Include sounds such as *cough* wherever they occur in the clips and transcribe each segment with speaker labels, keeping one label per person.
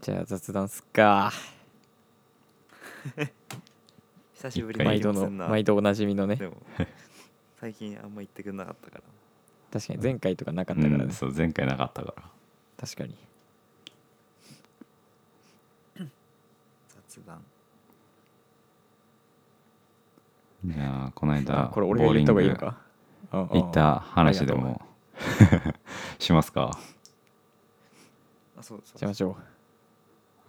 Speaker 1: じゃあ雑談すっか
Speaker 2: 久しぶりに
Speaker 1: 毎度
Speaker 2: 気も
Speaker 1: の
Speaker 2: すんな
Speaker 1: 毎度おなじみのね
Speaker 2: でも *laughs* 最近あんま言ってくれなかったから
Speaker 1: 確かに前回とかなかったから
Speaker 3: うん
Speaker 1: ね
Speaker 3: そう前回なかったから
Speaker 1: 確かに
Speaker 2: 雑談
Speaker 3: じゃあこの間
Speaker 1: あ *laughs* これ俺が言った方がいいのかうんうん
Speaker 3: 行った話で
Speaker 1: ありが
Speaker 3: も *laughs* しますか
Speaker 2: あそうそう
Speaker 1: しましょ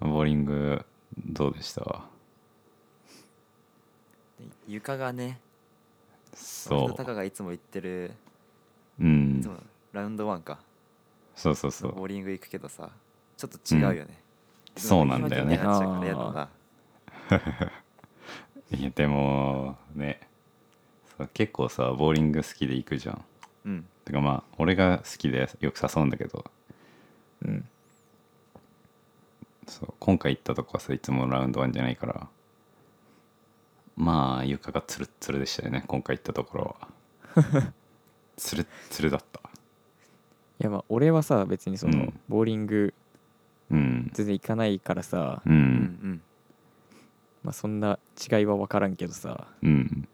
Speaker 3: ボーリングどうでした
Speaker 2: で床がね
Speaker 3: そ
Speaker 2: たかがいつも言ってる
Speaker 3: う、う
Speaker 2: い
Speaker 3: ん
Speaker 2: つ、もラウンドワンか、
Speaker 3: そうそうそ
Speaker 2: ボ
Speaker 3: う
Speaker 2: ーリング行くけどさちょっと違うよね、いつ
Speaker 3: そ
Speaker 2: も
Speaker 3: うなんだよね
Speaker 2: 言い訳みたいになっちゃうから嫌だない
Speaker 3: やでもねそう結構さボーリング好きで行くじゃん
Speaker 2: うん
Speaker 3: てかまあ俺が好きでよく誘うんだけど
Speaker 1: ううん
Speaker 3: そう今回行ったとこはさいつもラウンドワンじゃないからまあ床がツルッツルでしたよね今回行ったとこ *laughs* ろはツルッツルだった
Speaker 1: いやまあ俺はさ別にその、
Speaker 3: うん
Speaker 1: ボーリング
Speaker 3: うん
Speaker 1: 全然行かないからさ、
Speaker 3: う
Speaker 2: うんん
Speaker 1: まあ、そんな違いは分からんけどさ
Speaker 3: うん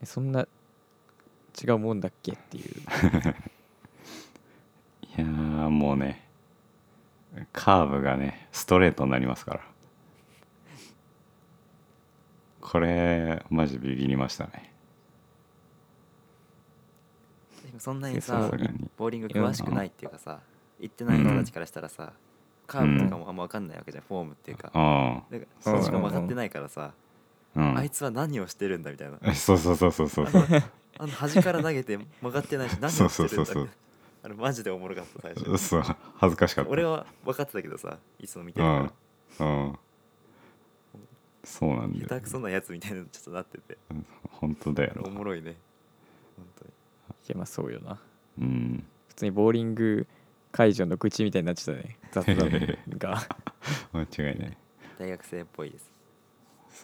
Speaker 1: えそんな違うもんだっけっていう
Speaker 3: いやーもうねカーブがねストレートになりますからこれマジビビりましたね
Speaker 2: うんでもそんなに
Speaker 1: え
Speaker 3: さ
Speaker 2: さ
Speaker 3: すがに
Speaker 2: ボーリング詳しくないっていうかさ行ってない人たちからしたらさ、カーブとかもあんま分かんないわけじゃんフォームっていうか、
Speaker 3: あ
Speaker 2: だからそれしか
Speaker 1: うん
Speaker 2: 分かってないからさ、
Speaker 3: あうん
Speaker 2: あいつは何をしてるんだみたいな
Speaker 3: そうそうそうそうそうそう
Speaker 2: あの端から投げて曲がってないし何
Speaker 3: そ
Speaker 2: を
Speaker 3: う
Speaker 2: して
Speaker 3: そ
Speaker 2: る
Speaker 3: うん
Speaker 2: だ
Speaker 3: そうそう
Speaker 2: あれマジでおもろかった最初
Speaker 3: そう恥ずかしかった
Speaker 2: 俺は分かってたけどさいつも見て
Speaker 3: う
Speaker 2: るか
Speaker 3: んうんそうな
Speaker 2: ら
Speaker 3: んだよ
Speaker 2: 下手くそなやつみたいなのちょっとなってて
Speaker 3: 本当だよ
Speaker 2: あれおもろいね本
Speaker 1: いやまあそうよな
Speaker 3: うん
Speaker 1: 普通にボーリング会場の愚痴みたいになっちゃったね雑談が
Speaker 3: 間違いない
Speaker 2: 当に大学生っぽいです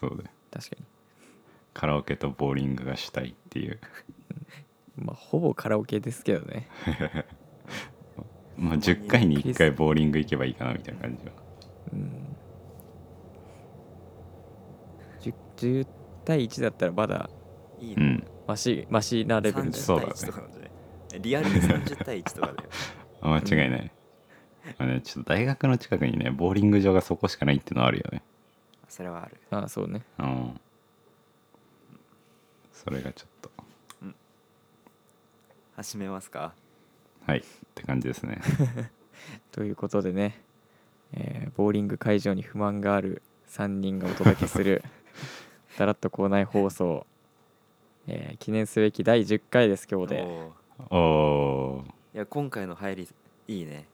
Speaker 3: そうだよ
Speaker 1: 確かに
Speaker 3: カラオケとボーリングがしたいっていう *laughs*
Speaker 1: まあほぼカラオケですけどね
Speaker 3: まあ10回に1回ボーリング行けばいいかなみたいな感じは
Speaker 1: うん10 10対1だったらまだ
Speaker 2: いいうね、
Speaker 3: ん
Speaker 1: マシマシなレベルで
Speaker 2: 30
Speaker 3: そうだ
Speaker 2: 対1と
Speaker 3: ね
Speaker 2: かなんじゃないリアルに30対1とかだよ
Speaker 3: あ間違いない、あのねちょっと大学の近くにねボーリング場がそこしかないっていうのはあるよね
Speaker 2: それはある
Speaker 1: ああそうね
Speaker 3: うんそれがちょっと
Speaker 2: 始めますか
Speaker 3: はいって感じですね *laughs*
Speaker 1: ということでね、えーボーリング会場に不満がある3人がお届けするだらっと校内放送、えー記念すべき第10回です今
Speaker 2: お
Speaker 1: 日で
Speaker 2: ー
Speaker 3: おお
Speaker 2: いや今回の入りいいね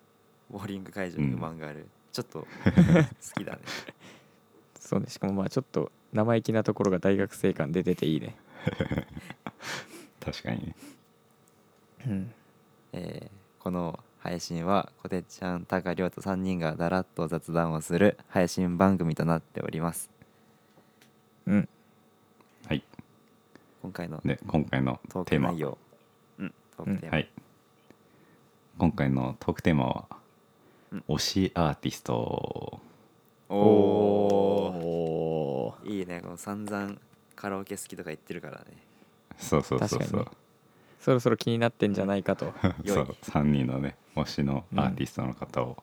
Speaker 2: ボーリング会場
Speaker 3: うん
Speaker 2: に漫画ある、ちょっと好きだね
Speaker 1: そうねしかもまあちょっと生意気なところが大学生感で出ていいね、
Speaker 3: 確かにね
Speaker 1: うん、
Speaker 2: えーこの配信はこてっちゃんたかりょうと3人がだらっと雑談をする配信番組となっております
Speaker 1: うん、
Speaker 3: はい
Speaker 2: 今回の
Speaker 3: で今回の
Speaker 2: トー
Speaker 3: テ
Speaker 2: ク
Speaker 3: ーマ
Speaker 2: 内容うんトークテーマ、
Speaker 3: はい今回のトークテーマは、
Speaker 2: うん
Speaker 3: 推しアーティスト
Speaker 2: おお
Speaker 1: お
Speaker 2: いいねこの散々カラオケ好きとか言ってるからね
Speaker 3: そうそうそう
Speaker 1: 確か
Speaker 3: そ
Speaker 1: に
Speaker 3: う
Speaker 1: ねそろそろ気になってんじゃないかと
Speaker 2: 良い
Speaker 3: *laughs* そう3人のね推しのアーティストの方を、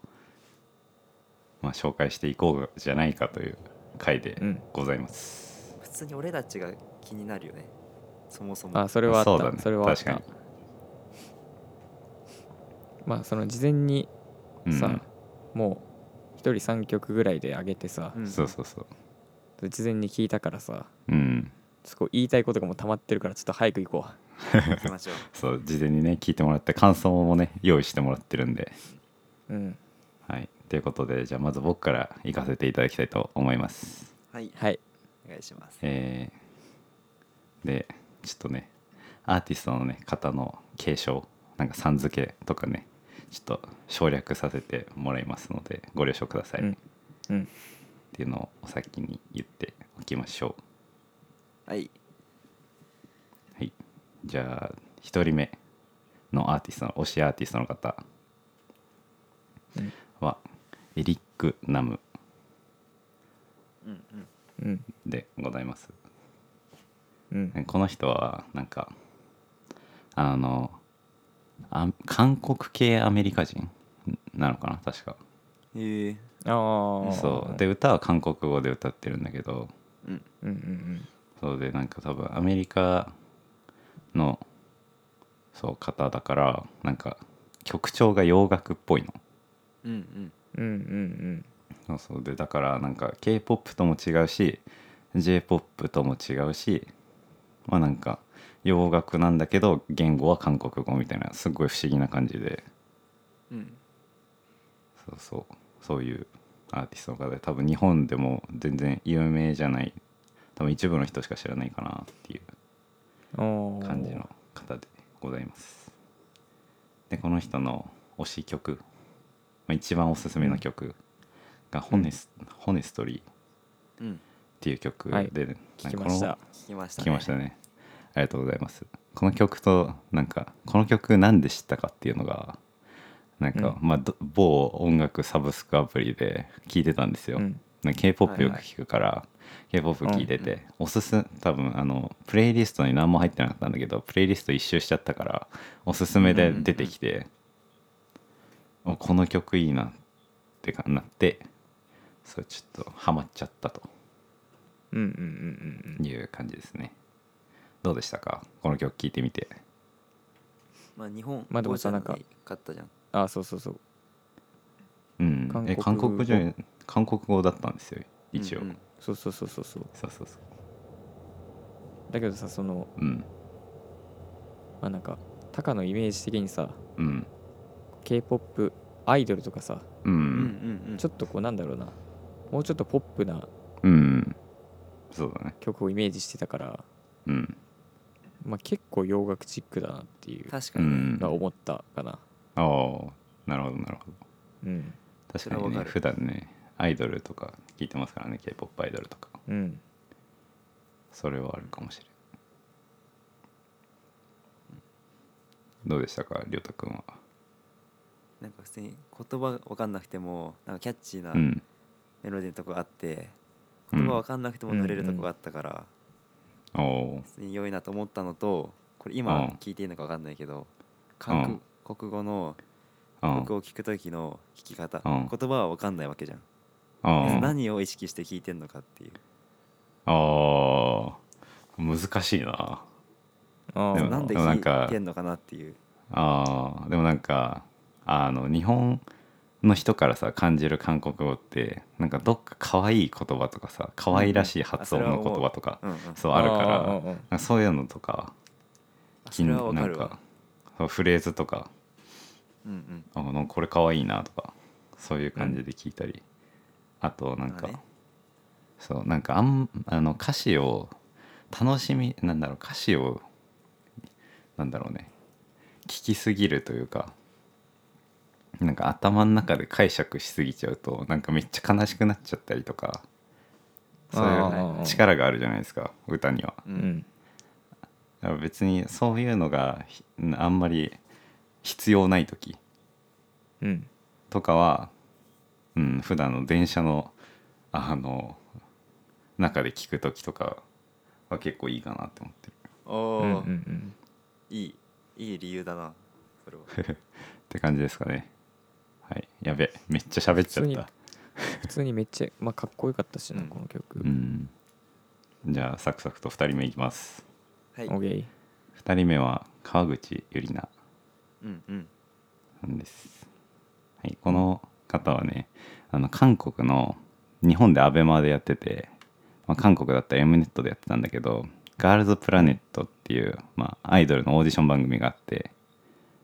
Speaker 3: まあ、紹介していこうじゃないかという回で
Speaker 1: うん
Speaker 3: ございます、
Speaker 2: 普通に俺たちが気になるよねそもそも
Speaker 1: あそれはあった
Speaker 3: そ
Speaker 1: そう
Speaker 3: だね
Speaker 1: れはあった
Speaker 3: 確かに
Speaker 1: まあその事前に
Speaker 3: うん
Speaker 1: さ、もう1人3曲ぐらいで上げてさ、
Speaker 2: うん
Speaker 3: そうそうそう
Speaker 1: 事前に聞いたからさ
Speaker 3: うん
Speaker 1: ちょっとこう言いたいことがもう溜まってるからちょっと早く行こう
Speaker 2: 行きましょう
Speaker 3: そう事前にね聞いてもらって感想もね用意してもらってるんで
Speaker 1: うん
Speaker 3: はいということでじゃあまず僕から行かせていただきたいと思います
Speaker 2: はい
Speaker 1: はい
Speaker 2: お願いします
Speaker 3: えーでちょっとねアーティストのね方の継承なんかさん付けとかねちょっと省略させてもらいますのでご了承ください、
Speaker 1: うん
Speaker 3: っ
Speaker 1: うん
Speaker 3: ていうのをお先に言っておきましょ
Speaker 2: はい、
Speaker 3: うはいじゃあ1人目のアーティストの推しアーティストの方は、エリック・ナム
Speaker 2: うんうん
Speaker 1: うん
Speaker 3: でございます
Speaker 1: うん
Speaker 3: この人はなんかあのあ韓国系アメリカ人なのかな確か
Speaker 2: へえ
Speaker 1: ああ
Speaker 3: そうで歌は韓国語で歌ってるんだけど
Speaker 2: うん
Speaker 1: うんうん
Speaker 3: そうでなんか多分アメリカのそう方だからなんか曲調が洋楽っぽいの
Speaker 2: うんうん
Speaker 1: うんうんうん
Speaker 3: そうそうでだからなんか k p o p とも違うし j p o p とも違うしまあなんか洋楽なんだけど言語は韓国語みたいなすごい不思議な感じで
Speaker 2: うん
Speaker 3: そうそうそういうアーティストの方で多分日本でも全然有名じゃない多分一部の人しか知らないかなっていう
Speaker 1: うんおー
Speaker 3: 感じの方でございますでこの人の推し曲、まあ、一番おすすめの曲がホネス、ホネストリー」
Speaker 2: うん
Speaker 3: っていう曲で、
Speaker 1: はい
Speaker 3: なん
Speaker 1: 聞
Speaker 3: か
Speaker 1: き
Speaker 3: こ
Speaker 1: ま
Speaker 3: の
Speaker 1: した
Speaker 2: 聞きました
Speaker 3: 聞
Speaker 2: ね
Speaker 3: きましたねありがとうございますこの曲となんかこの曲なんで知ったかっていうのがなんか、まあど某音楽サブスクアプリで聞いてたんですよ、
Speaker 1: うん
Speaker 3: なんか K-POP
Speaker 2: はい
Speaker 3: よ
Speaker 2: は
Speaker 3: く
Speaker 2: い
Speaker 3: 聞くから、K-POP 聞いてて、おすす多分あのプレイリストに何も入ってなかったんだけどプレイリスト一周しちゃったからおすすめで出てきて、おこの曲いいなってかなってそれちょっとハマっちゃったと
Speaker 1: うんうんうんうん
Speaker 3: いう感じですねどうでしたかこの曲聴いてみて
Speaker 2: まあ日本
Speaker 1: まあでも
Speaker 2: 語じ
Speaker 1: さ
Speaker 2: ゃ
Speaker 1: なんか
Speaker 2: かったじゃん
Speaker 1: あそうそうそう
Speaker 3: うん
Speaker 1: 韓
Speaker 3: え
Speaker 1: 国語
Speaker 3: 韓国じゃ韓国語だったんですよ一応、
Speaker 2: うんうん
Speaker 1: そうそうそうそうそう
Speaker 3: そうそうそう
Speaker 1: だけどさその
Speaker 3: うん
Speaker 1: まあなんかタカのイメージ的にさ
Speaker 3: うん
Speaker 1: k p o p アイドルとかさ
Speaker 3: う
Speaker 2: うん
Speaker 3: ん
Speaker 2: うんうん
Speaker 1: ちょっとこうなんだろうなもうちょっとポップな
Speaker 3: うんそうだね
Speaker 1: 曲をイメージしてたから、
Speaker 3: うん
Speaker 1: まあ、結構洋楽チックだなっていう
Speaker 2: 確か
Speaker 3: う
Speaker 2: にね
Speaker 3: ん
Speaker 1: のは思ったかな
Speaker 3: ああなるほどなるほど
Speaker 1: うん
Speaker 3: 確
Speaker 2: それ
Speaker 3: か
Speaker 2: は
Speaker 3: に
Speaker 2: わか
Speaker 3: ね
Speaker 2: る
Speaker 3: 普段ねアイドルとか聞いてますからね k p o p アイドルとか
Speaker 1: うん
Speaker 3: それはあるかもしれないどうでしたかりょうたくんは
Speaker 2: なんか普通に言葉わかんなくてもなんかキャッチーな
Speaker 3: うん
Speaker 2: メロディーのとこがあって、
Speaker 3: うん
Speaker 2: 言葉わかんなくても乗れるとこがあったから、
Speaker 3: おお
Speaker 2: 普通に良いなと思ったのとこれ
Speaker 3: うん
Speaker 2: 今聞いていいのかわかんないけど韓国,、語の
Speaker 3: あ
Speaker 2: 曲を聞く時の弾き方、
Speaker 3: うん
Speaker 2: 言葉はわかんないわけじゃん、
Speaker 3: あ
Speaker 2: 何を意識して聞いてんのかっていう、
Speaker 3: あー難しいな
Speaker 1: あ
Speaker 3: で
Speaker 1: あ
Speaker 3: も
Speaker 2: なんで
Speaker 3: もなんか
Speaker 2: 聞いてんのかなっていう
Speaker 3: あーでもなんかあの日本の人からさ感じる韓国語ってなんかどっか可愛い言葉とかさ可愛らしい発音の言葉とか、
Speaker 2: うんうん
Speaker 3: そうあるから
Speaker 1: うんうんうん
Speaker 3: なんかそういうのとか
Speaker 2: あそれはわかる
Speaker 3: なん
Speaker 2: わ
Speaker 3: かそうフレーズとか
Speaker 2: うんうん
Speaker 3: あなんかこれかわいいなとかそういう感じで聞いたり、あとなんか、
Speaker 2: まあね
Speaker 3: そうなんかあんあの歌詞を楽しみなんだろう歌詞をなんだろうね聞きすぎるというかなんか頭の中で解釈しすぎちゃうとなんかめっちゃ悲しくなっちゃったりとかそういう力があるじゃないですか歌には。
Speaker 2: う
Speaker 1: うんん
Speaker 3: だから別にそういうのがひあんまり必要ない時
Speaker 1: うん
Speaker 3: とかは、うん、普段の電車のあの中で聞く時とかは結構いいかなって思ってる。
Speaker 2: お
Speaker 1: うんう
Speaker 2: ー
Speaker 1: ん
Speaker 2: いいいい理由だなそれは
Speaker 3: って感じですかね。はい、やべめっちゃ喋っち
Speaker 1: 普通
Speaker 3: ゃっ
Speaker 1: に
Speaker 3: た。
Speaker 1: 普通にめっちゃ、まあ、かっこよかったしな、
Speaker 2: うん
Speaker 1: この曲、
Speaker 3: うん、じゃあサクサクと2人目いきます。
Speaker 2: はい
Speaker 1: オーケー
Speaker 3: 2人目は川口ゆりな
Speaker 2: うんうん
Speaker 3: なんです。はい、この方はねあの韓国の日本でアベマでやってて、まあ、韓国だったら Mnet でやってたんだけどガールズプラネットっていう、まあ、アイドルのオーディション番組があって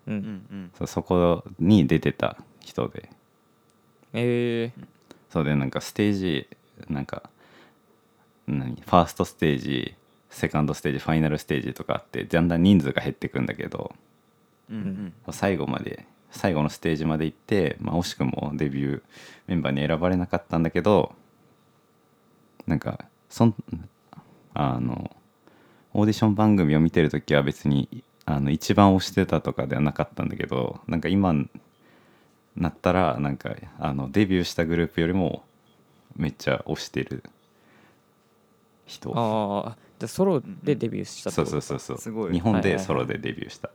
Speaker 1: う
Speaker 2: うんん
Speaker 3: そうそこに出てた人で
Speaker 1: えー
Speaker 3: そうでなんかステージなんか何ファーストステージセカンドステージファイナルステージとかあってだんだん人数が減ってくんだけど
Speaker 2: うんうんうん
Speaker 3: 最後まで最後のステージまで行って、まあ、惜しくもデビューメンバーに選ばれなかったんだけどなんかそんあのオーディション番組を見てる時は別にあの一番推してたとかではなかったんだけどなんか今なったらなんかあのデビューしたグループよりもめっちゃ推してる人
Speaker 1: ああじゃあソロでデビューしたって
Speaker 3: そ
Speaker 1: こと
Speaker 3: うそう
Speaker 1: か
Speaker 3: そうそう
Speaker 2: すごい
Speaker 3: 日本
Speaker 1: はい
Speaker 3: で
Speaker 1: はい
Speaker 3: ソロでデビューした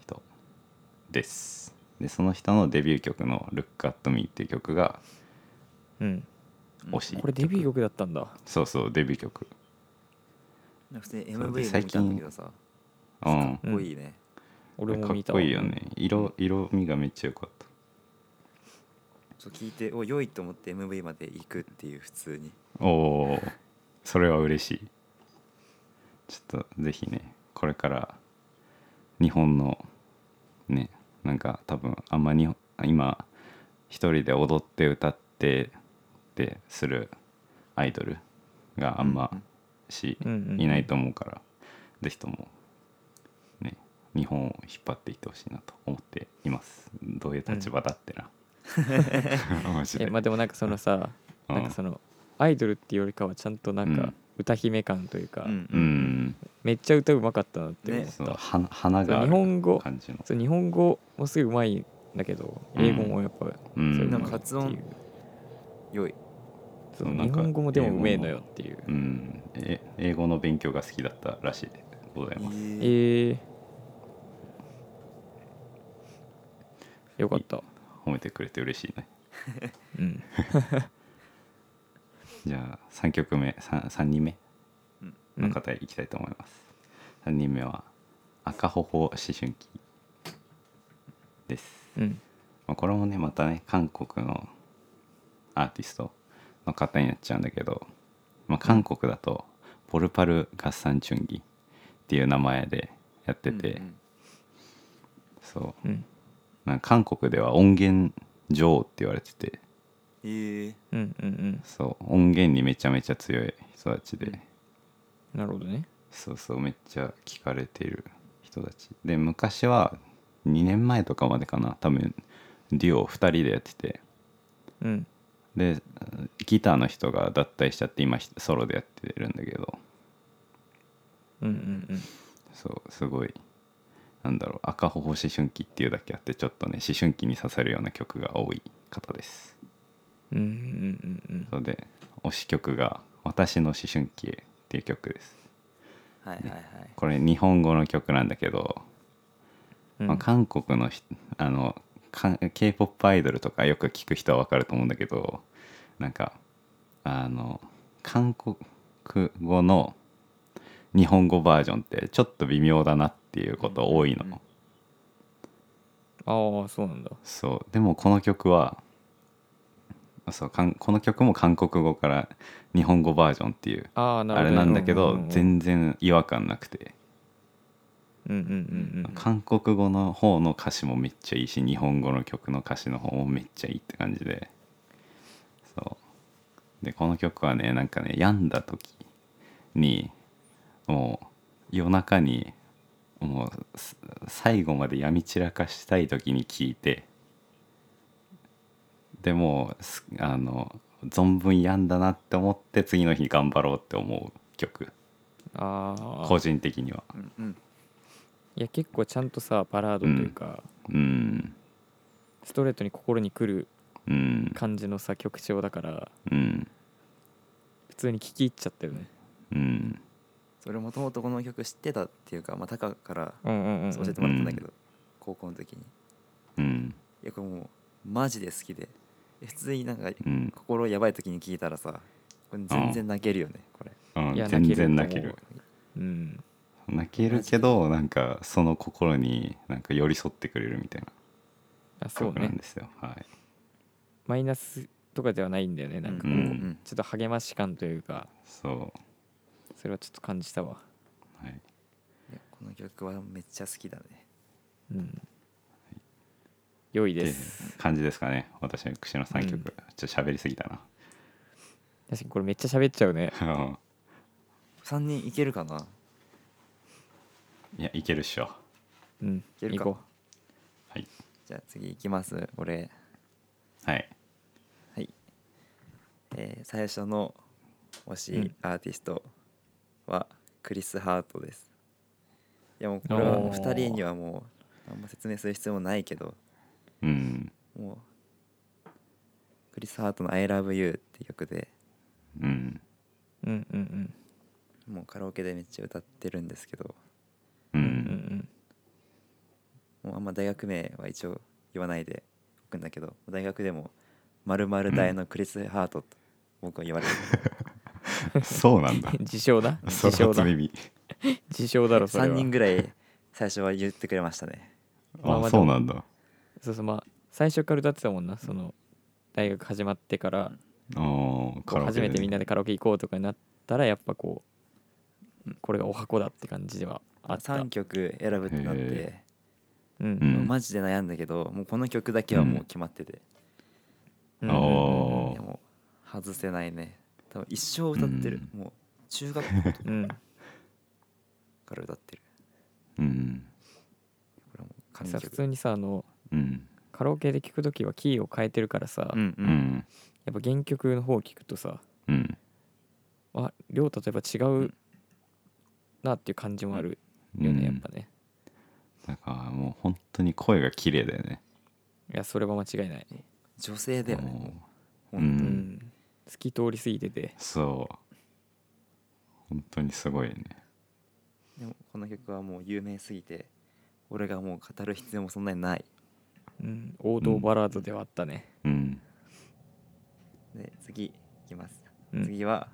Speaker 3: 人ですでその人のデビュー曲の「Look at Me」っていう曲が
Speaker 1: うん
Speaker 3: 推し
Speaker 1: これデビュー曲だったんだ
Speaker 3: そうそうデビュー曲
Speaker 2: 普通に
Speaker 3: そう
Speaker 2: MV
Speaker 3: で
Speaker 2: も見たんだけどさ
Speaker 3: う
Speaker 2: か
Speaker 3: ん
Speaker 2: っこいいね、
Speaker 1: 俺も
Speaker 3: か
Speaker 1: 見
Speaker 3: った
Speaker 1: わ
Speaker 3: こいいよね色色味がめっちゃ良かった
Speaker 2: ちょっと聞いてお良いと思って MV まで行くっていう普通に
Speaker 3: おおそれは嬉しいちょっとぜひねこれから日本のねなんか多分あんまに今一人で踊って歌ってってするアイドルがあんまし、
Speaker 1: うんうんうん
Speaker 3: いないと思うからぜひともね日本を引っ張っていってほしいなと思っていますどういう立場だってな、マジ
Speaker 1: え
Speaker 3: で
Speaker 1: まあでもなん *laughs* かそのさ
Speaker 3: うん
Speaker 1: なんかそのアイドルっていうよりかはちゃんとなん
Speaker 3: う
Speaker 1: か
Speaker 3: ん
Speaker 1: 歌姫感というか、
Speaker 2: うん
Speaker 3: うん
Speaker 1: めっちゃ歌うまかったなって思っ
Speaker 2: ね
Speaker 1: た、
Speaker 3: そう花花がある
Speaker 1: 日本語
Speaker 3: 感じの
Speaker 1: そう日本語もすぐうまいんだけど
Speaker 3: うん
Speaker 1: 英語もやっぱ、
Speaker 3: うん
Speaker 1: そう
Speaker 2: なん
Speaker 1: ま
Speaker 2: か
Speaker 1: いって
Speaker 2: 発
Speaker 1: いう
Speaker 2: 音良い
Speaker 1: そう
Speaker 3: そうなん
Speaker 1: 日
Speaker 3: か
Speaker 1: 本語もでもうめえのよっていう
Speaker 3: うんえ英語の勉強が好きだったらしいでございます
Speaker 1: え
Speaker 2: え
Speaker 1: ー、よかった
Speaker 3: 褒めてくれて嬉しいね
Speaker 1: うん
Speaker 3: じゃあ3曲目 3, 三人目
Speaker 1: う
Speaker 3: の
Speaker 1: ん
Speaker 3: 方いきたいと思います、三3人目は赤ほほ思春期です、
Speaker 1: うん
Speaker 3: まあ、これもねまたね韓国のアーティストの方になっちゃうんだけど、まあ、韓国だとポルパル合算チュンギっていう名前でやってて、
Speaker 2: うん
Speaker 3: そう
Speaker 1: うん
Speaker 3: なんか韓国では音源女王って言われてて
Speaker 2: えー
Speaker 1: うんうんうん
Speaker 3: そう音源にめちゃめちゃ強い人たちで、
Speaker 2: うん
Speaker 1: なるほどね
Speaker 3: そうそうめっちゃ聞かれてる人たちで昔は2年前とかまでかな多分デュオ2人でやってて
Speaker 1: うん
Speaker 3: でギターの人が脱退しちゃって今ソロでやってるんだけど
Speaker 1: うんうんうん
Speaker 3: そうすごいなんだろう赤ほほ思春期っていうだけあってちょっとね思春期に刺さるような曲が多い方です
Speaker 1: うんうんうんうん
Speaker 3: それで推し曲が「私の思春期へ」っていう曲です
Speaker 2: はいはいはい
Speaker 3: これ日本語の曲なんだけど、
Speaker 1: うん
Speaker 3: まあ、韓国のひあの k p o p アイドルとかよく聞く人は分かると思うんだけどなんかあの韓国語の日本語バージョンってちょっと微妙だなっていうこと多いの、
Speaker 2: うん
Speaker 1: ああそうなんだ
Speaker 3: そうでもこの曲はそうかんこの曲も韓国語から日本語バージョンっていう
Speaker 1: ああなる
Speaker 3: あ
Speaker 1: ほど
Speaker 3: れなんだけ
Speaker 1: う
Speaker 3: ど
Speaker 1: んうん
Speaker 3: 全然違和感なくて
Speaker 1: うんうんうんうん
Speaker 3: 韓国語の方の歌詞もめっちゃいいし日本語の曲の歌詞の方もめっちゃいいって感じでそうでこの曲はねなんかね病んだ時にもう夜中にもうす最後まで病み散らかしたい時に聴いてでもうすあの存分病んだなって思って次の日頑張ろうって思う曲
Speaker 1: あ
Speaker 3: 個
Speaker 1: あ
Speaker 3: 人的には
Speaker 2: うんうん
Speaker 1: いや結構ちゃんとさバラードというか、
Speaker 3: うん
Speaker 1: ストレートに心にくる
Speaker 3: うん
Speaker 1: 感じのさ曲調だから
Speaker 3: うん
Speaker 1: 普通に聴き入っちゃったよね
Speaker 3: うん
Speaker 2: それもともとこの曲知ってたっていうかまあタカから
Speaker 1: うんうんうんうん
Speaker 2: 教えてもらったんだけど、高校の時に
Speaker 3: うん
Speaker 2: いやこれもうマジで好きで普通になんか
Speaker 3: うん
Speaker 2: 心やばい時に聞いたらさこれ全然泣けるよね、これ
Speaker 3: うん
Speaker 1: いや
Speaker 3: 全然泣
Speaker 1: 泣
Speaker 3: け
Speaker 1: け
Speaker 3: る
Speaker 1: るうん
Speaker 3: 泣けるけどなんかその心になんか寄り添ってくれるみたいな
Speaker 1: あそう
Speaker 3: 曲な
Speaker 1: ね
Speaker 3: んですよ、はい
Speaker 1: マイナスとかではないんだよねなんかこう、
Speaker 3: うん
Speaker 1: ちょっと励まし感というか
Speaker 3: そ
Speaker 1: それはちょっと感じたわ
Speaker 3: うはい
Speaker 2: いやこの曲はめっちゃ好きだね
Speaker 1: うん良い
Speaker 3: っ
Speaker 1: で
Speaker 3: て
Speaker 1: す
Speaker 3: 感じですかね私の串の3曲、
Speaker 1: うん
Speaker 3: ちょっと喋りすぎた
Speaker 1: 確かにこれめっちゃ喋っちゃうね
Speaker 3: な *laughs*
Speaker 2: 3人いけるかない
Speaker 3: やいけるっしょ
Speaker 1: うん
Speaker 2: け
Speaker 1: 行
Speaker 2: るか
Speaker 1: こ
Speaker 3: はい
Speaker 2: じゃあ次いきます俺
Speaker 3: はい
Speaker 2: はい、えー最初の推
Speaker 1: う
Speaker 2: し
Speaker 1: ん
Speaker 2: アーティストはクリス・ハートですいやもうこれは
Speaker 1: おー
Speaker 2: 2人にはもうあんま説明する必要もないけど
Speaker 3: うん
Speaker 2: もうクリス・ハートの「ILOVEYOU」って曲で
Speaker 3: うん
Speaker 1: うんうん
Speaker 2: もうカラオケでめっちゃ歌ってるんですけど
Speaker 3: う
Speaker 1: うんうんうんん
Speaker 2: もうあんま大学名は一応言わないでおくんだけど大学でも「まる大のクリス・ハート」と僕は言われて
Speaker 3: そうなんだ
Speaker 1: *laughs* う
Speaker 3: *laughs*
Speaker 1: ん自称だ
Speaker 3: そ
Speaker 1: 自称
Speaker 3: の初
Speaker 1: だ
Speaker 3: 耳
Speaker 1: 自称だろそれ
Speaker 2: 3
Speaker 1: は
Speaker 2: 人ぐらい最初は言ってくれましたね
Speaker 1: まあま
Speaker 3: あ
Speaker 1: あ
Speaker 3: そうなんだ
Speaker 1: そうそうまあ最初から歌ってたもんなその大学始まってから
Speaker 3: あーカラオケ
Speaker 1: 初
Speaker 3: でね
Speaker 1: めてみんなでカラオケ行こうとかになったらやっぱこうこれがお箱だって感じではあった
Speaker 2: 3曲選ぶってなっ
Speaker 3: へ
Speaker 2: て
Speaker 1: うん
Speaker 3: う
Speaker 1: うん
Speaker 3: ん
Speaker 2: マジで悩んだけどもうこの曲だけはもう決まってて、
Speaker 1: うん
Speaker 3: あ
Speaker 1: うん
Speaker 3: ー
Speaker 2: いやもう外せないね多分一生歌ってる、もう中学校とか
Speaker 1: うん
Speaker 2: から歌ってる
Speaker 3: うん
Speaker 2: これはもう
Speaker 1: うん
Speaker 2: 神
Speaker 1: さ
Speaker 2: 曲
Speaker 1: 普通にさあの
Speaker 3: うん
Speaker 1: カラオケで聴く時はキーを変えてるからさ、
Speaker 2: う
Speaker 1: や
Speaker 2: んう
Speaker 3: うんん
Speaker 1: っぱ原曲の方を聴くとさ
Speaker 3: うん
Speaker 1: あ両例えば違うなっていう感じもあるよね、やっぱね
Speaker 3: だからもう本当に声が綺麗だよね
Speaker 1: いやそれは間違いない、
Speaker 2: 女性だよねもう本
Speaker 3: う
Speaker 1: うんん、透き通り過ぎてて
Speaker 3: そう本当にすごいね
Speaker 2: 当でもこの曲はもう有名すぎて俺がもう語る必要もそんなにない
Speaker 1: うん王道バラードではあったね、
Speaker 3: うん
Speaker 2: で次いきます、
Speaker 1: うん
Speaker 2: 次は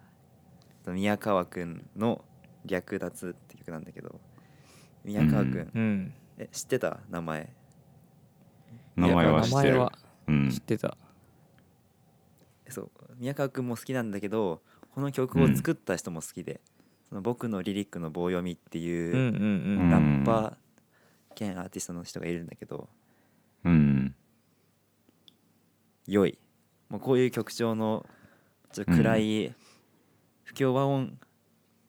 Speaker 2: えっと宮川くんの「略奪」って曲なんだけど宮川くん、
Speaker 1: う
Speaker 3: うん
Speaker 1: ん、
Speaker 2: え知ってた名前
Speaker 3: 名前は知って
Speaker 1: いや名前
Speaker 3: る
Speaker 1: は
Speaker 3: うん
Speaker 1: 知ってた、
Speaker 2: そう宮川君も好きなんだけどこの曲を作った人も好きで「その僕のリリックの棒読み」って
Speaker 1: うん、う
Speaker 2: いうん
Speaker 1: うん
Speaker 3: うん
Speaker 2: ラッパー兼アーティストの人がいるんだけど
Speaker 3: うん
Speaker 2: 「良い」もうこういう曲調のちょっと暗い不協和音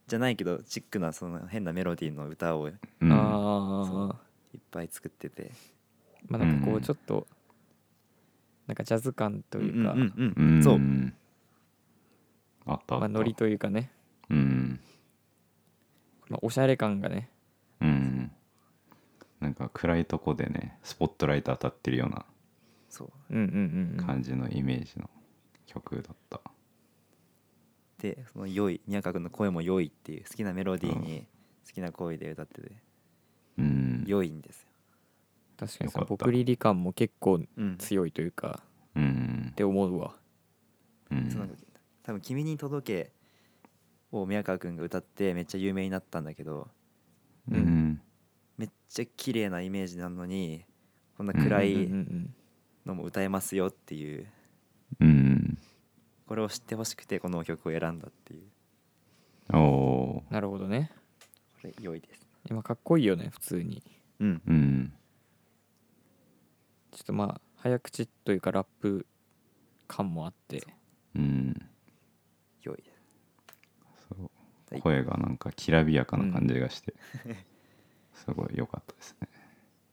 Speaker 2: じゃないけどチックなその変なメロディーの歌をいっ
Speaker 3: うん
Speaker 1: ああ
Speaker 2: ぱい作ってて
Speaker 1: まあなんかこ
Speaker 3: う
Speaker 1: うんちょっとなんかジャズ感と
Speaker 2: う
Speaker 1: いうんか、
Speaker 2: うん
Speaker 3: う
Speaker 2: うん
Speaker 3: ん
Speaker 2: そう
Speaker 3: あったあった
Speaker 1: まあ、ノリというかね、
Speaker 3: うん
Speaker 1: まあ、おしゃれ感がね
Speaker 3: うんなんか暗いとこでねスポットライト当たってるような
Speaker 2: そう
Speaker 1: うんうんうんうん
Speaker 3: 感じのイメージの曲だった
Speaker 2: でその「良い」宮川君の声も「良い」っていう好きなメロディーに好きな声で歌ってて
Speaker 3: うん
Speaker 2: 「良い」んですよ。
Speaker 1: 確かに
Speaker 3: よ
Speaker 1: そ
Speaker 3: か
Speaker 1: の
Speaker 3: った
Speaker 1: 僕リリ感も結構
Speaker 2: うん
Speaker 1: 強いというか
Speaker 3: うん
Speaker 1: って思うわ
Speaker 3: うん
Speaker 2: その多分「君に届け」を宮川君が歌ってめっちゃ有名になったんだけど
Speaker 3: うん
Speaker 2: めっちゃ綺麗なイメージなのにこんな暗
Speaker 1: うんう
Speaker 2: い
Speaker 1: ん
Speaker 2: のも歌えますよっていう
Speaker 3: うん
Speaker 2: これを知ってほしくてこの曲を選んだっていう
Speaker 3: おお
Speaker 1: なるほどね
Speaker 2: これ良いです
Speaker 1: 今かっこいいよね普通に
Speaker 2: うん
Speaker 3: ーうん
Speaker 1: ちょっとまあ早口というかラップ感もあって
Speaker 3: うん
Speaker 2: 良いです
Speaker 3: そう
Speaker 2: はい
Speaker 3: 声がなんかきらびやかな感じ
Speaker 1: *laughs*
Speaker 3: がして、すごい良かったですね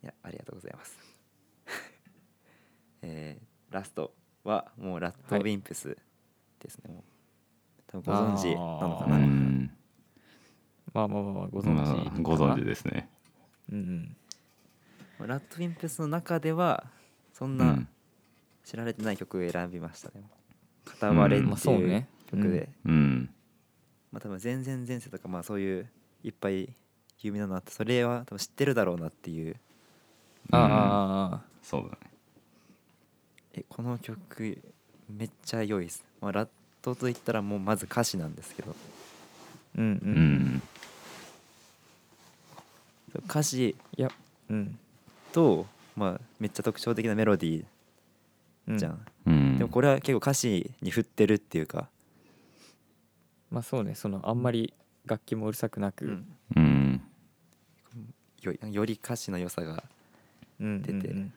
Speaker 2: いやありがとうございます *laughs* えーラストはもうラッドウィンプスですね、もう多分ご存知なのか
Speaker 1: あー
Speaker 2: な
Speaker 3: うん
Speaker 1: まあまあまあまあご
Speaker 3: ご
Speaker 1: 存知かな
Speaker 3: ご存知ですね
Speaker 1: うんうん
Speaker 2: ラッドウィンプスの中ではそん
Speaker 3: う
Speaker 2: なん知られてない曲を選びましたね片割れ
Speaker 3: うん
Speaker 1: まあ
Speaker 2: って
Speaker 1: そう
Speaker 2: いう
Speaker 1: ね
Speaker 2: 曲で、
Speaker 1: うん
Speaker 3: うん
Speaker 2: まあ多分前々前世とかまあそういういっぱい有名なのあってそれは多分知ってるだろうなっていう
Speaker 1: ああああああ
Speaker 3: そうだね
Speaker 2: えこの曲めっちゃ良いです、まあ、ラットといったらもうまず歌詞なんですけど
Speaker 1: うんう
Speaker 3: うんん
Speaker 2: 歌詞
Speaker 1: いやうん
Speaker 2: と、まあ、めっちゃ特徴的なメロディ
Speaker 1: うん
Speaker 2: ーじゃん、
Speaker 3: うん
Speaker 2: でもこれは結構歌詞に振ってるっていうか、
Speaker 1: まあそうねそのあんまり楽器もうるさくなく、
Speaker 2: うん
Speaker 3: うん
Speaker 2: よより歌詞の良さが
Speaker 1: うん
Speaker 2: 出て
Speaker 1: うんうん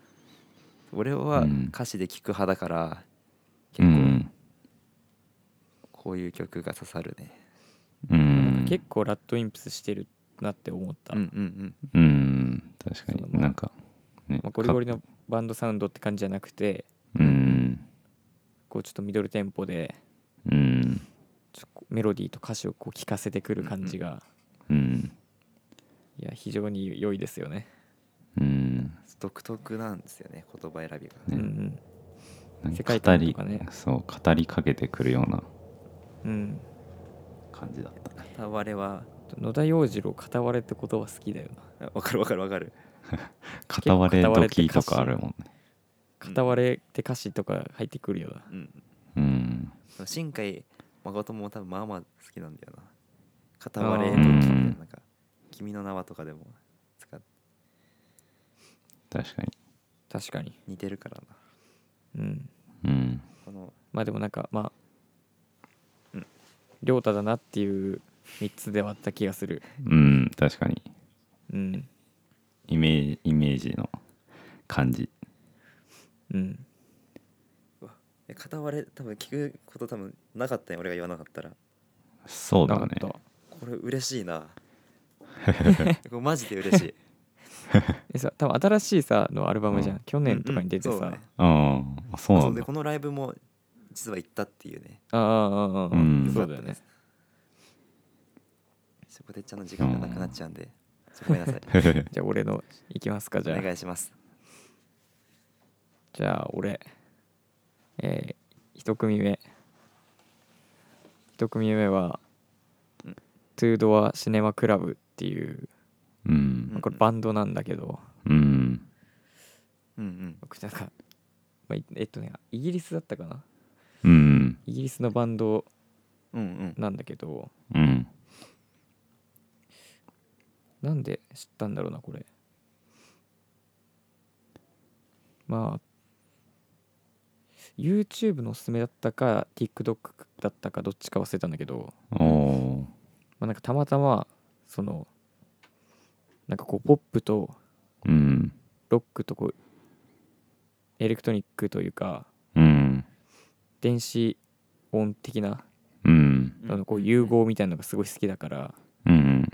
Speaker 2: 俺は
Speaker 3: うん
Speaker 2: 歌詞で聴く派だから
Speaker 3: う
Speaker 2: 結構
Speaker 3: ん
Speaker 2: こういう曲が刺さるね、
Speaker 1: な
Speaker 3: う
Speaker 1: ん
Speaker 3: ん
Speaker 1: か結構ラッドインプスしてるなって思った、
Speaker 2: うんうん
Speaker 3: うん確か
Speaker 1: その
Speaker 3: に
Speaker 1: まあ
Speaker 3: なんかね
Speaker 1: まあ、ゴリゴリのバンドサウンドって感じじゃなくて
Speaker 3: うん
Speaker 1: こうちょっとミドルテンポで
Speaker 3: うん
Speaker 1: ちょっとメロディーと歌詞をこう聞かせてくる感じが、
Speaker 3: うん
Speaker 1: いや非常に良いですよね
Speaker 3: うんうん
Speaker 2: 独特なんですよね言葉選びが、
Speaker 1: う
Speaker 3: ね
Speaker 1: ん
Speaker 3: なん
Speaker 1: 世界
Speaker 3: か語
Speaker 1: 観と
Speaker 3: り
Speaker 1: かね
Speaker 3: そう語りかけてくるような
Speaker 1: うんうん
Speaker 3: 感じだったね
Speaker 2: 片割れは
Speaker 1: 野田洋次郎片割れって言葉好きだよな
Speaker 2: あわかるわかるわかる
Speaker 1: 構
Speaker 3: 片割れ
Speaker 1: 片割れっ
Speaker 3: 時
Speaker 1: て歌
Speaker 3: と
Speaker 1: 詞
Speaker 3: かあるもんね
Speaker 1: 片割れって歌詞とか入ってくるよな
Speaker 2: うん
Speaker 3: うん
Speaker 2: 新海誠も多分まあまあ好きなんだよな片割れ
Speaker 1: あ
Speaker 2: と
Speaker 1: ー
Speaker 2: 君みたいな
Speaker 3: うん
Speaker 2: なんか君の名はとかでも使っ
Speaker 3: 確かに
Speaker 1: 確かに
Speaker 2: 似てるからな
Speaker 1: うん
Speaker 3: うん
Speaker 2: この
Speaker 1: まあでもなんかまあ
Speaker 2: うん
Speaker 1: 亮太だなっていう3つではあった気がする
Speaker 3: うん確かに
Speaker 1: うん
Speaker 3: イメージイメージの感じ
Speaker 1: うん
Speaker 2: え片割れ多分聞くこと多分なかったね俺が言わなかったら
Speaker 3: そうだ
Speaker 1: な
Speaker 3: ね
Speaker 1: かった
Speaker 2: これ嬉しいなこれマジで嬉しい
Speaker 1: えさ多分新しいさのアルバムじゃん、
Speaker 3: うん
Speaker 1: 去年とかに出てさ、
Speaker 2: うんうんそうだね
Speaker 3: うんあそうな
Speaker 2: そ
Speaker 3: ん
Speaker 2: うで
Speaker 3: だ
Speaker 2: このライブも実は行ったっていうね
Speaker 1: ああああああ、
Speaker 3: うん
Speaker 1: そうだよね
Speaker 2: そこでちゃんの時間がなくなっちゃうんで、ごめんなさい
Speaker 1: じゃあ俺のいきますかじゃ
Speaker 2: お願
Speaker 1: あ
Speaker 2: いします
Speaker 1: じゃあ俺えー、1組目1組目は、トゥードアシネマクラブっていう、
Speaker 3: *laughs* う
Speaker 1: まあ
Speaker 3: ん
Speaker 1: これバンドなんだけど、
Speaker 3: うん
Speaker 2: うんうん
Speaker 1: 僕なんか、まあ、いえっとねイギリスだったかな
Speaker 3: うん
Speaker 1: イギリスのバンド
Speaker 2: うんうん
Speaker 1: なんだけど
Speaker 3: うん
Speaker 1: なんで知ったんだろうなこれまあ YouTube のおすすめだったか TikTok だったかどっちか忘れたんだけど、
Speaker 3: おお
Speaker 1: まあ、なんかたまたまそのなんかこうポップと
Speaker 3: ーうん
Speaker 1: ロックとこうエレクトニックというか
Speaker 3: うん
Speaker 1: 電子音的な
Speaker 3: うん
Speaker 1: あのこう融合みたいなのがすごい好きだから、
Speaker 3: うん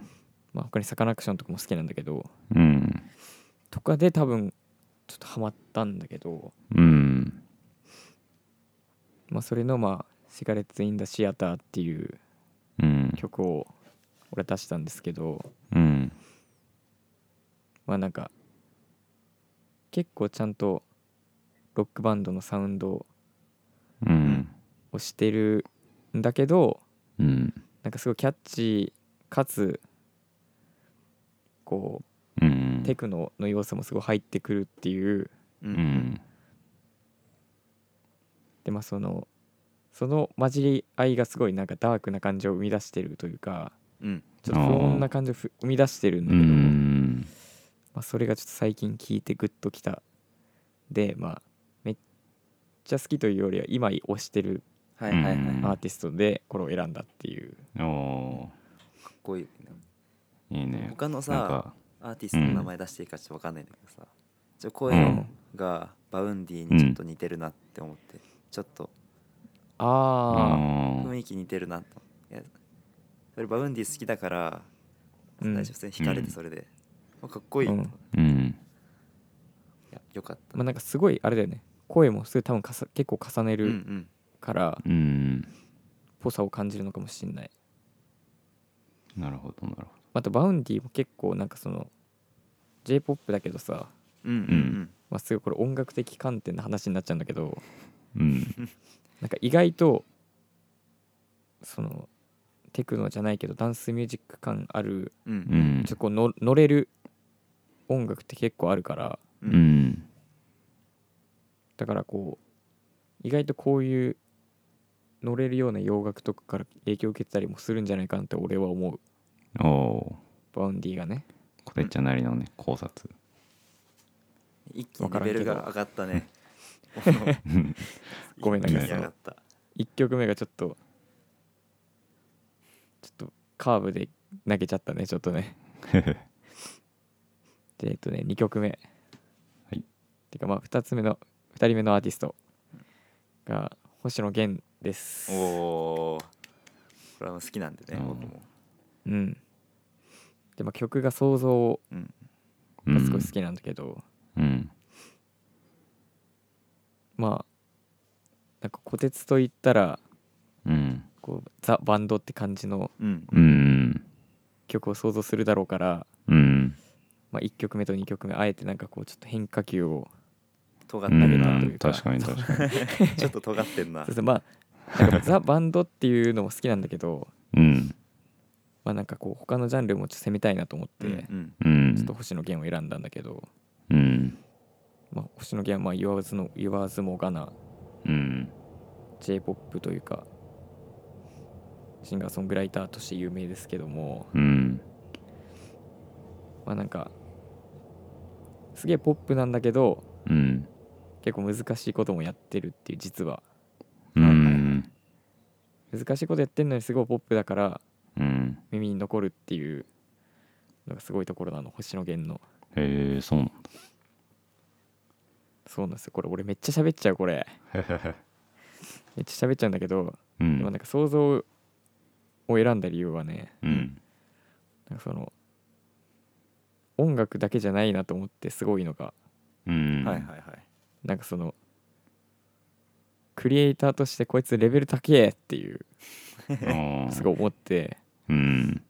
Speaker 1: まあ、他にサカナクションとかも好きなんだけど
Speaker 3: うん
Speaker 1: とかで多分ちょっとハマったんだけど、
Speaker 3: うん
Speaker 1: まあ、それの、まあ「シガレッツ・イン・ダ・シアター」っていう
Speaker 3: うん
Speaker 1: 曲を俺出したんですけど
Speaker 3: うん
Speaker 1: まあなんか結構ちゃんとロックバンドのサウンド
Speaker 3: うん
Speaker 1: をしてるんだけど
Speaker 3: うん
Speaker 1: なんかすごいキャッチーかつこ
Speaker 3: うん
Speaker 1: うテクノの要素もすごい入ってくるっていう
Speaker 2: う
Speaker 3: うんん
Speaker 1: でまあそのその混じり合いがすごいなんかダークな感じを生み出してるというか
Speaker 2: うん
Speaker 1: ちょっと不穏な感じをふ生み出してるんだけ
Speaker 3: う
Speaker 1: ど、
Speaker 3: ん
Speaker 1: まあ、それがちょっと最近聞いてグッときたでまあめっちゃ好きというよりは今推してる
Speaker 2: はいはいはい、
Speaker 3: うん
Speaker 1: アーティストでこれを選んだっていう、
Speaker 3: おお
Speaker 2: かっこいいね、
Speaker 3: ーいいね
Speaker 2: 他の
Speaker 3: なん
Speaker 2: さ
Speaker 3: か
Speaker 2: アーティストの名前出していいかちょっとわかんないんだけどさちょ
Speaker 3: う
Speaker 2: 声
Speaker 3: ん
Speaker 2: がバウンディにちょっと似てるなって思って、ちょっと
Speaker 1: ああ
Speaker 3: あ
Speaker 2: 雰囲気似てるなといやそれバウンディ好きだから
Speaker 1: うん
Speaker 2: 最初普通に惹かれ
Speaker 3: う
Speaker 2: て
Speaker 3: ん
Speaker 2: それで、あかっこいい、
Speaker 1: うん
Speaker 2: い
Speaker 3: うん
Speaker 2: やよかった、
Speaker 1: まあなんかすごいあれだよね声もすごい多分かさ結構重ね
Speaker 2: うんう
Speaker 1: る
Speaker 2: ん
Speaker 1: から
Speaker 3: うん
Speaker 1: ぽさを感じるのかもしれない
Speaker 3: なるほどなるほど
Speaker 1: またバウンディも結構なんかその j p o p だけどさ、
Speaker 2: うんうん
Speaker 1: まあ、すごいこれ音楽的観点の話になっちゃうんだけど
Speaker 3: うん
Speaker 1: なんか意外とそのテクノじゃないけどダンスミュージック感ある
Speaker 2: うんうん
Speaker 1: ちょっ
Speaker 3: うん
Speaker 1: とこうの乗れる音楽って結構あるから
Speaker 2: う
Speaker 3: うんん
Speaker 1: だからこう意外とこういう乗れるような洋楽とかから影響を受けてたりもするんじゃないかなって俺は思う
Speaker 3: おお
Speaker 1: バウンディがね
Speaker 3: こてっちゃなりのね考察
Speaker 2: 一気にレベル
Speaker 1: わ
Speaker 2: が
Speaker 1: か
Speaker 2: 上がったね
Speaker 1: ごめんなさい
Speaker 2: 一気に上がった
Speaker 1: 1曲目がちょっとちょっとカーブで投げちゃったねちょっとねでえっとね2曲目
Speaker 3: はい
Speaker 1: てかまあ2つ目の2人目のアーティストが星野源です
Speaker 2: おおこれは好きなんでね、
Speaker 3: うん
Speaker 2: 僕も
Speaker 1: うんでまあ曲が「想像
Speaker 2: うん
Speaker 3: うん
Speaker 1: がすごい好きなんだけど、
Speaker 3: うん
Speaker 1: まあなんか虎鉄といったら
Speaker 3: うん
Speaker 1: こうザ・バンドって感じの
Speaker 2: うん
Speaker 3: うん
Speaker 1: 曲を想像するだろうから、
Speaker 3: うん
Speaker 1: ままあ、1曲目と2曲目あえてなんかこうちょっと変化球を
Speaker 2: 尖っ
Speaker 3: う
Speaker 2: たけ
Speaker 1: な
Speaker 2: ど
Speaker 1: と
Speaker 3: ん
Speaker 1: いうか
Speaker 3: 確かに確かに
Speaker 2: ちょっと尖ってんな
Speaker 1: そうですねまあなんかザ・バンドっていうのも好きなんだけど
Speaker 3: うん
Speaker 1: まあなんかこう他のジャンルもちょっと攻めたいなと思って、
Speaker 2: うん
Speaker 3: うん
Speaker 1: ちょっと星野源を選んだんだけど、
Speaker 3: うん
Speaker 1: まあ、星野源はまあ言わずの言わずもがな
Speaker 3: うん
Speaker 1: j p o p というかシンガーソングライターとして有名ですけども、
Speaker 3: うん
Speaker 1: まあ、なんかすげえポップなんだけど
Speaker 3: うん
Speaker 1: 結構難しいこともやってるっていう実は
Speaker 3: うん
Speaker 1: 難しいことやってんのにすごいポップだから
Speaker 3: うん
Speaker 1: 耳に残るっていうのがすごいところなの星野源の
Speaker 3: へえそうなん
Speaker 1: そうなんですよこれ俺めっちゃ喋っちゃうこれめ
Speaker 3: だ
Speaker 1: っちゃ喋っちゃうんだけど、
Speaker 3: う
Speaker 1: でもなん
Speaker 3: ん
Speaker 1: か想像を選んだ理由はね
Speaker 3: うん
Speaker 1: なんかその音楽だけじゃないなと思ってすごいのが
Speaker 3: うん
Speaker 2: はいはいはい
Speaker 1: なんかそのクリエイターとしてこいつレベル高えっていう
Speaker 3: あー
Speaker 1: すごい思って
Speaker 3: うん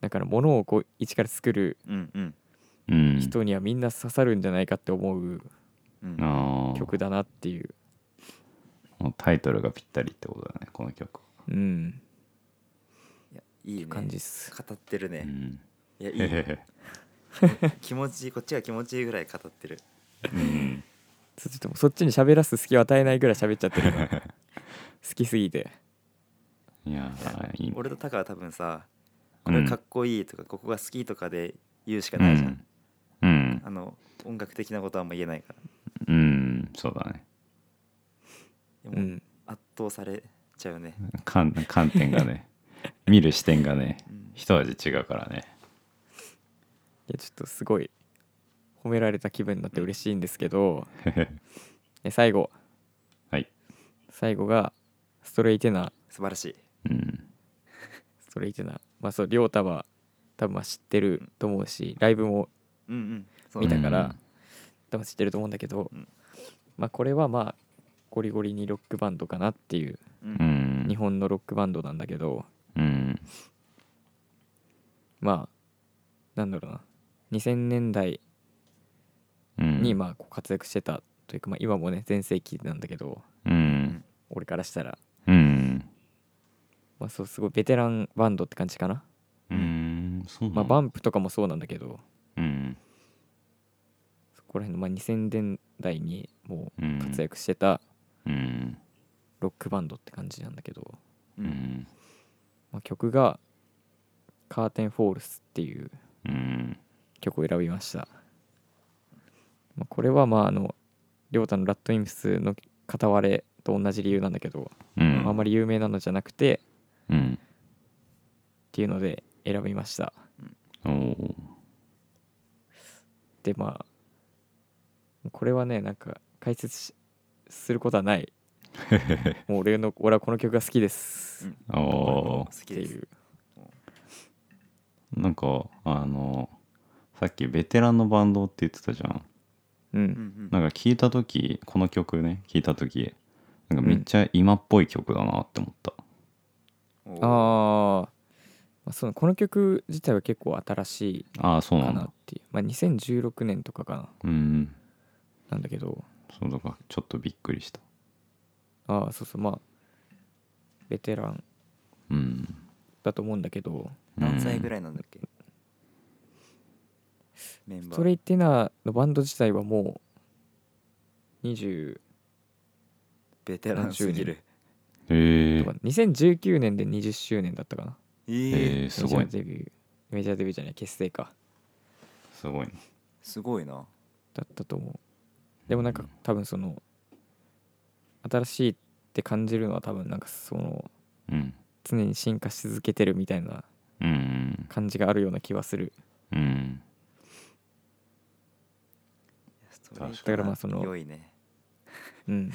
Speaker 1: だから物をこう一から作る
Speaker 2: うんうん
Speaker 3: うん
Speaker 1: 人にはみんな刺さるんじゃないかって思う
Speaker 2: うん
Speaker 3: あー
Speaker 1: 曲だなっていう
Speaker 3: もうタイトルがぴったりってことだねこの曲
Speaker 1: うん
Speaker 2: いやいいね
Speaker 1: 感じっす
Speaker 2: 語ってる
Speaker 3: う
Speaker 2: ね
Speaker 3: ん
Speaker 2: いやい
Speaker 3: へへ
Speaker 2: い
Speaker 3: へ
Speaker 2: 気持ちいいこっちが気持ちいいぐらい語ってる
Speaker 3: うん
Speaker 1: そちょっとそっちに喋らす隙を与えないぐらい喋っちゃってる今好きすぎて
Speaker 3: いやーいいね
Speaker 2: 俺とタカは多分さ
Speaker 3: う
Speaker 2: こ
Speaker 3: ん
Speaker 2: れかっこいいとかここが好きとかで言うしかないじゃん
Speaker 3: うんうん
Speaker 2: あの音楽的なことはあんま言えないから
Speaker 3: うんそうだね
Speaker 2: で
Speaker 1: う
Speaker 2: も
Speaker 1: ん
Speaker 2: 圧倒されちゃうね、
Speaker 3: 観観点
Speaker 1: *laughs*
Speaker 3: がね見る視点がね
Speaker 2: うん
Speaker 3: 一味違うからね *laughs*
Speaker 1: いやちょっとすごい褒められた気分になって嬉しいんですけど
Speaker 3: へへ
Speaker 1: で最後
Speaker 3: はい
Speaker 1: 最後がストレイテナー
Speaker 2: 素晴らしい
Speaker 3: うん
Speaker 1: ストレイテナーまあそう亮太は多分まあ知ってると思うしライブも
Speaker 2: うんうんそう
Speaker 1: 見たから、
Speaker 3: うん
Speaker 1: 多分知ってると思うんだけど、
Speaker 2: うん
Speaker 1: まあこれはまあゴリゴリにロックバンドかなっていう
Speaker 2: う
Speaker 3: うんん
Speaker 1: 日本のロックバンドなんだけど
Speaker 3: うん
Speaker 1: まあなんだろうな2000年代
Speaker 3: うん
Speaker 1: にまあこう活躍してたというか、まあ、今もね全盛期なんだけど
Speaker 3: うん
Speaker 1: 俺からしたら、
Speaker 3: うん
Speaker 1: まあ、そうすごいベテランバンドって感じかな、
Speaker 3: うんそう
Speaker 1: ま
Speaker 3: な
Speaker 1: あ、
Speaker 3: ん
Speaker 1: バンプとかもそうなんだけど
Speaker 3: うん
Speaker 1: そこら辺のまあ2000年代にも
Speaker 3: う
Speaker 1: うん活躍してた
Speaker 3: うん
Speaker 1: ロックバンドって感じなんだけど、
Speaker 2: う
Speaker 3: うんん
Speaker 1: まあ、曲が「カーテンフォールス」っていう
Speaker 3: うん
Speaker 1: 曲を選びました、まあ、これはまああの亮太の「ラッドインプス」の片割れと同じ理由なんだけど、
Speaker 3: うん
Speaker 1: まああまり有名なのじゃなくて
Speaker 3: うん
Speaker 1: っていうので選びました
Speaker 3: おー
Speaker 1: でまあこれはねなんか解説しすることは
Speaker 2: *laughs*
Speaker 1: ないもう俺の俺はこの曲が好きです
Speaker 2: うん好
Speaker 3: おー
Speaker 1: っ
Speaker 2: き
Speaker 1: て
Speaker 2: で
Speaker 1: い
Speaker 2: す
Speaker 1: う
Speaker 3: なんかあのさっきベテランのバンドって言ってたじゃん
Speaker 1: う
Speaker 2: うんんう
Speaker 3: なん
Speaker 2: ん
Speaker 3: か聞いた時この曲ね聞いた時なんかめっちゃ今っぽい曲だなって思った、
Speaker 1: あ
Speaker 2: お
Speaker 1: ー、
Speaker 2: ー
Speaker 1: まあ、そうこの曲自体は結構新しい
Speaker 3: ああそうな
Speaker 1: か
Speaker 3: ん
Speaker 1: な
Speaker 3: だ
Speaker 1: っていうまあ2016年とかかな
Speaker 3: うん
Speaker 1: なんだけど
Speaker 3: そうだからちょっとびっくりした
Speaker 1: ああそうそうまあベテラン
Speaker 3: うん
Speaker 1: だと思うんだけど
Speaker 2: 何歳ぐ
Speaker 3: い
Speaker 2: らいなんだっけメン
Speaker 1: ス
Speaker 2: バ
Speaker 1: ト
Speaker 2: ー
Speaker 1: レイテナーのバンド自体はもう20
Speaker 2: ベテランすぎる
Speaker 3: へえ
Speaker 1: とか2019年で20周年だったかな
Speaker 2: え
Speaker 3: え
Speaker 2: ー
Speaker 3: ー、すごい
Speaker 1: メジャーデビューメジャーデビューじゃない結成か
Speaker 3: すごいね
Speaker 2: すごいな
Speaker 1: だったと思うでもなんか多分その新しいって感じるのは多分なんかその
Speaker 3: うん
Speaker 1: 常に進化し続けてるみたいな
Speaker 3: うん
Speaker 1: 感じがあるような気はする
Speaker 3: うん
Speaker 2: スト
Speaker 1: か
Speaker 2: レイ
Speaker 3: 確
Speaker 1: にだからまあその
Speaker 2: 良いね
Speaker 1: うん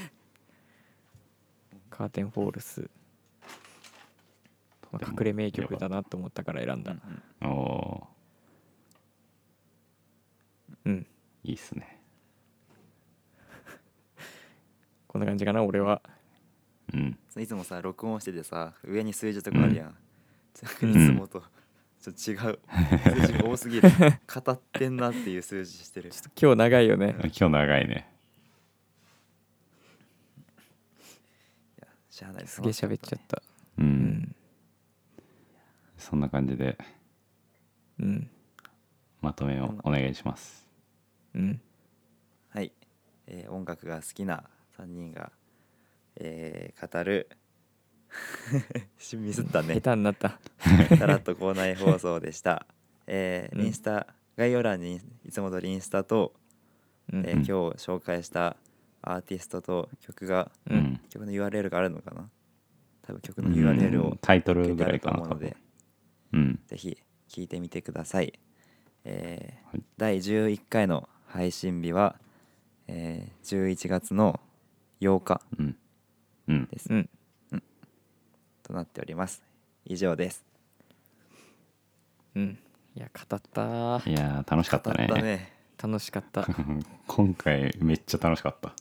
Speaker 1: カーテンフォールス、まあ
Speaker 3: とても
Speaker 1: 隠れ名曲だなと思ったから選ん
Speaker 2: う
Speaker 1: だ
Speaker 2: んうん
Speaker 3: おお
Speaker 1: うん
Speaker 3: ーいいっすね
Speaker 1: こんな感じかな俺は
Speaker 3: うん
Speaker 2: いつもさ録音しててさ上に数字とかあるやん、
Speaker 3: ん
Speaker 2: いつもとちょっと違う数字が多す
Speaker 1: *laughs*
Speaker 2: ぎる語ってんなっていう数字してる
Speaker 1: ちょっと今日長いよね
Speaker 3: 今日長いね
Speaker 2: しゃあないです
Speaker 1: げえ喋っちゃった
Speaker 3: うん、
Speaker 1: うん
Speaker 3: そんな感じで
Speaker 1: うん
Speaker 3: まとめをお願いします
Speaker 1: うん
Speaker 2: はい、えー音楽が好きな3人が、えー語る *laughs* しミスった
Speaker 1: 下
Speaker 2: ね
Speaker 1: 手になった
Speaker 2: さらっと校内放送でした、 *laughs* えー
Speaker 1: うん
Speaker 2: インスタ概要欄にいつも通りインスタと、
Speaker 1: うん
Speaker 2: えー今日紹介したアーティストと曲が
Speaker 1: うん
Speaker 2: 曲の URL があるのかな多分曲
Speaker 3: う
Speaker 2: の
Speaker 3: ん
Speaker 2: URL を
Speaker 3: タイト
Speaker 2: 書
Speaker 3: ル
Speaker 2: いて
Speaker 3: ぐ
Speaker 2: あ
Speaker 3: らい
Speaker 2: ると
Speaker 3: かな
Speaker 2: 思う
Speaker 3: 多
Speaker 2: ので
Speaker 3: 分うん
Speaker 2: ぜひ聞いてみてください。えー
Speaker 3: はい
Speaker 2: 第11回の配信日は、えー11月の8日
Speaker 3: うんうん
Speaker 2: です、
Speaker 1: うん
Speaker 2: となっております。以上です。
Speaker 1: うんいや語った
Speaker 3: いやー楽しかったね
Speaker 2: 語ね
Speaker 1: 楽しかった
Speaker 3: *laughs* 今回めっちゃ楽しかった、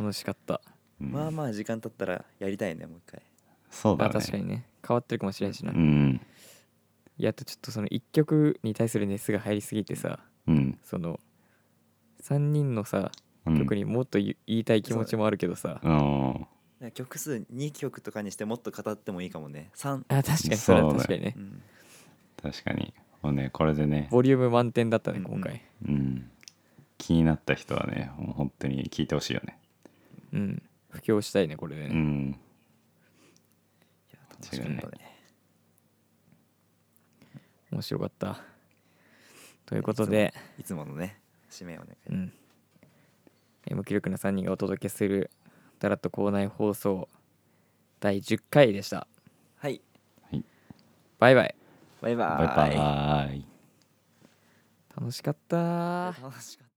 Speaker 1: 楽しかった
Speaker 3: うん
Speaker 2: まあまあ時間経ったらやりたいねもう一回。
Speaker 3: そうだ
Speaker 1: あ
Speaker 3: ね
Speaker 1: 確かにね変わってるかもしれんしな、
Speaker 3: うん
Speaker 1: いやあとちょっとその1曲に対する熱が入りすぎてさ
Speaker 3: うん
Speaker 1: その3人のさ
Speaker 3: うん
Speaker 1: 曲にもっと言言いたい気持ちもあるけどさ、
Speaker 3: うん
Speaker 2: なんか曲数2曲とかにしてもっと語ってもいいかもね。3、
Speaker 1: あ確かにそれは
Speaker 3: そう
Speaker 1: 確か
Speaker 3: だよ
Speaker 1: にね
Speaker 2: うん、
Speaker 3: 確かにもうねこれでね、
Speaker 1: ボリューム満点だったね
Speaker 2: うんうん
Speaker 1: 今回
Speaker 3: うん、気になった人はねもう本当に聞いてほしいよね
Speaker 1: うん、布教したいねこれで
Speaker 3: う
Speaker 1: ね、
Speaker 3: ん
Speaker 2: いや楽しかったね。
Speaker 1: 面白かったということで、
Speaker 2: いつものね締めお願い。
Speaker 1: うん、えー無気力な3人がお届けする「だらっと校内放送」第10回でした
Speaker 2: はい、
Speaker 1: バイバイ
Speaker 2: バイバ
Speaker 3: バ
Speaker 2: ー
Speaker 3: イバーイ
Speaker 1: 楽しかった
Speaker 2: 楽しかった。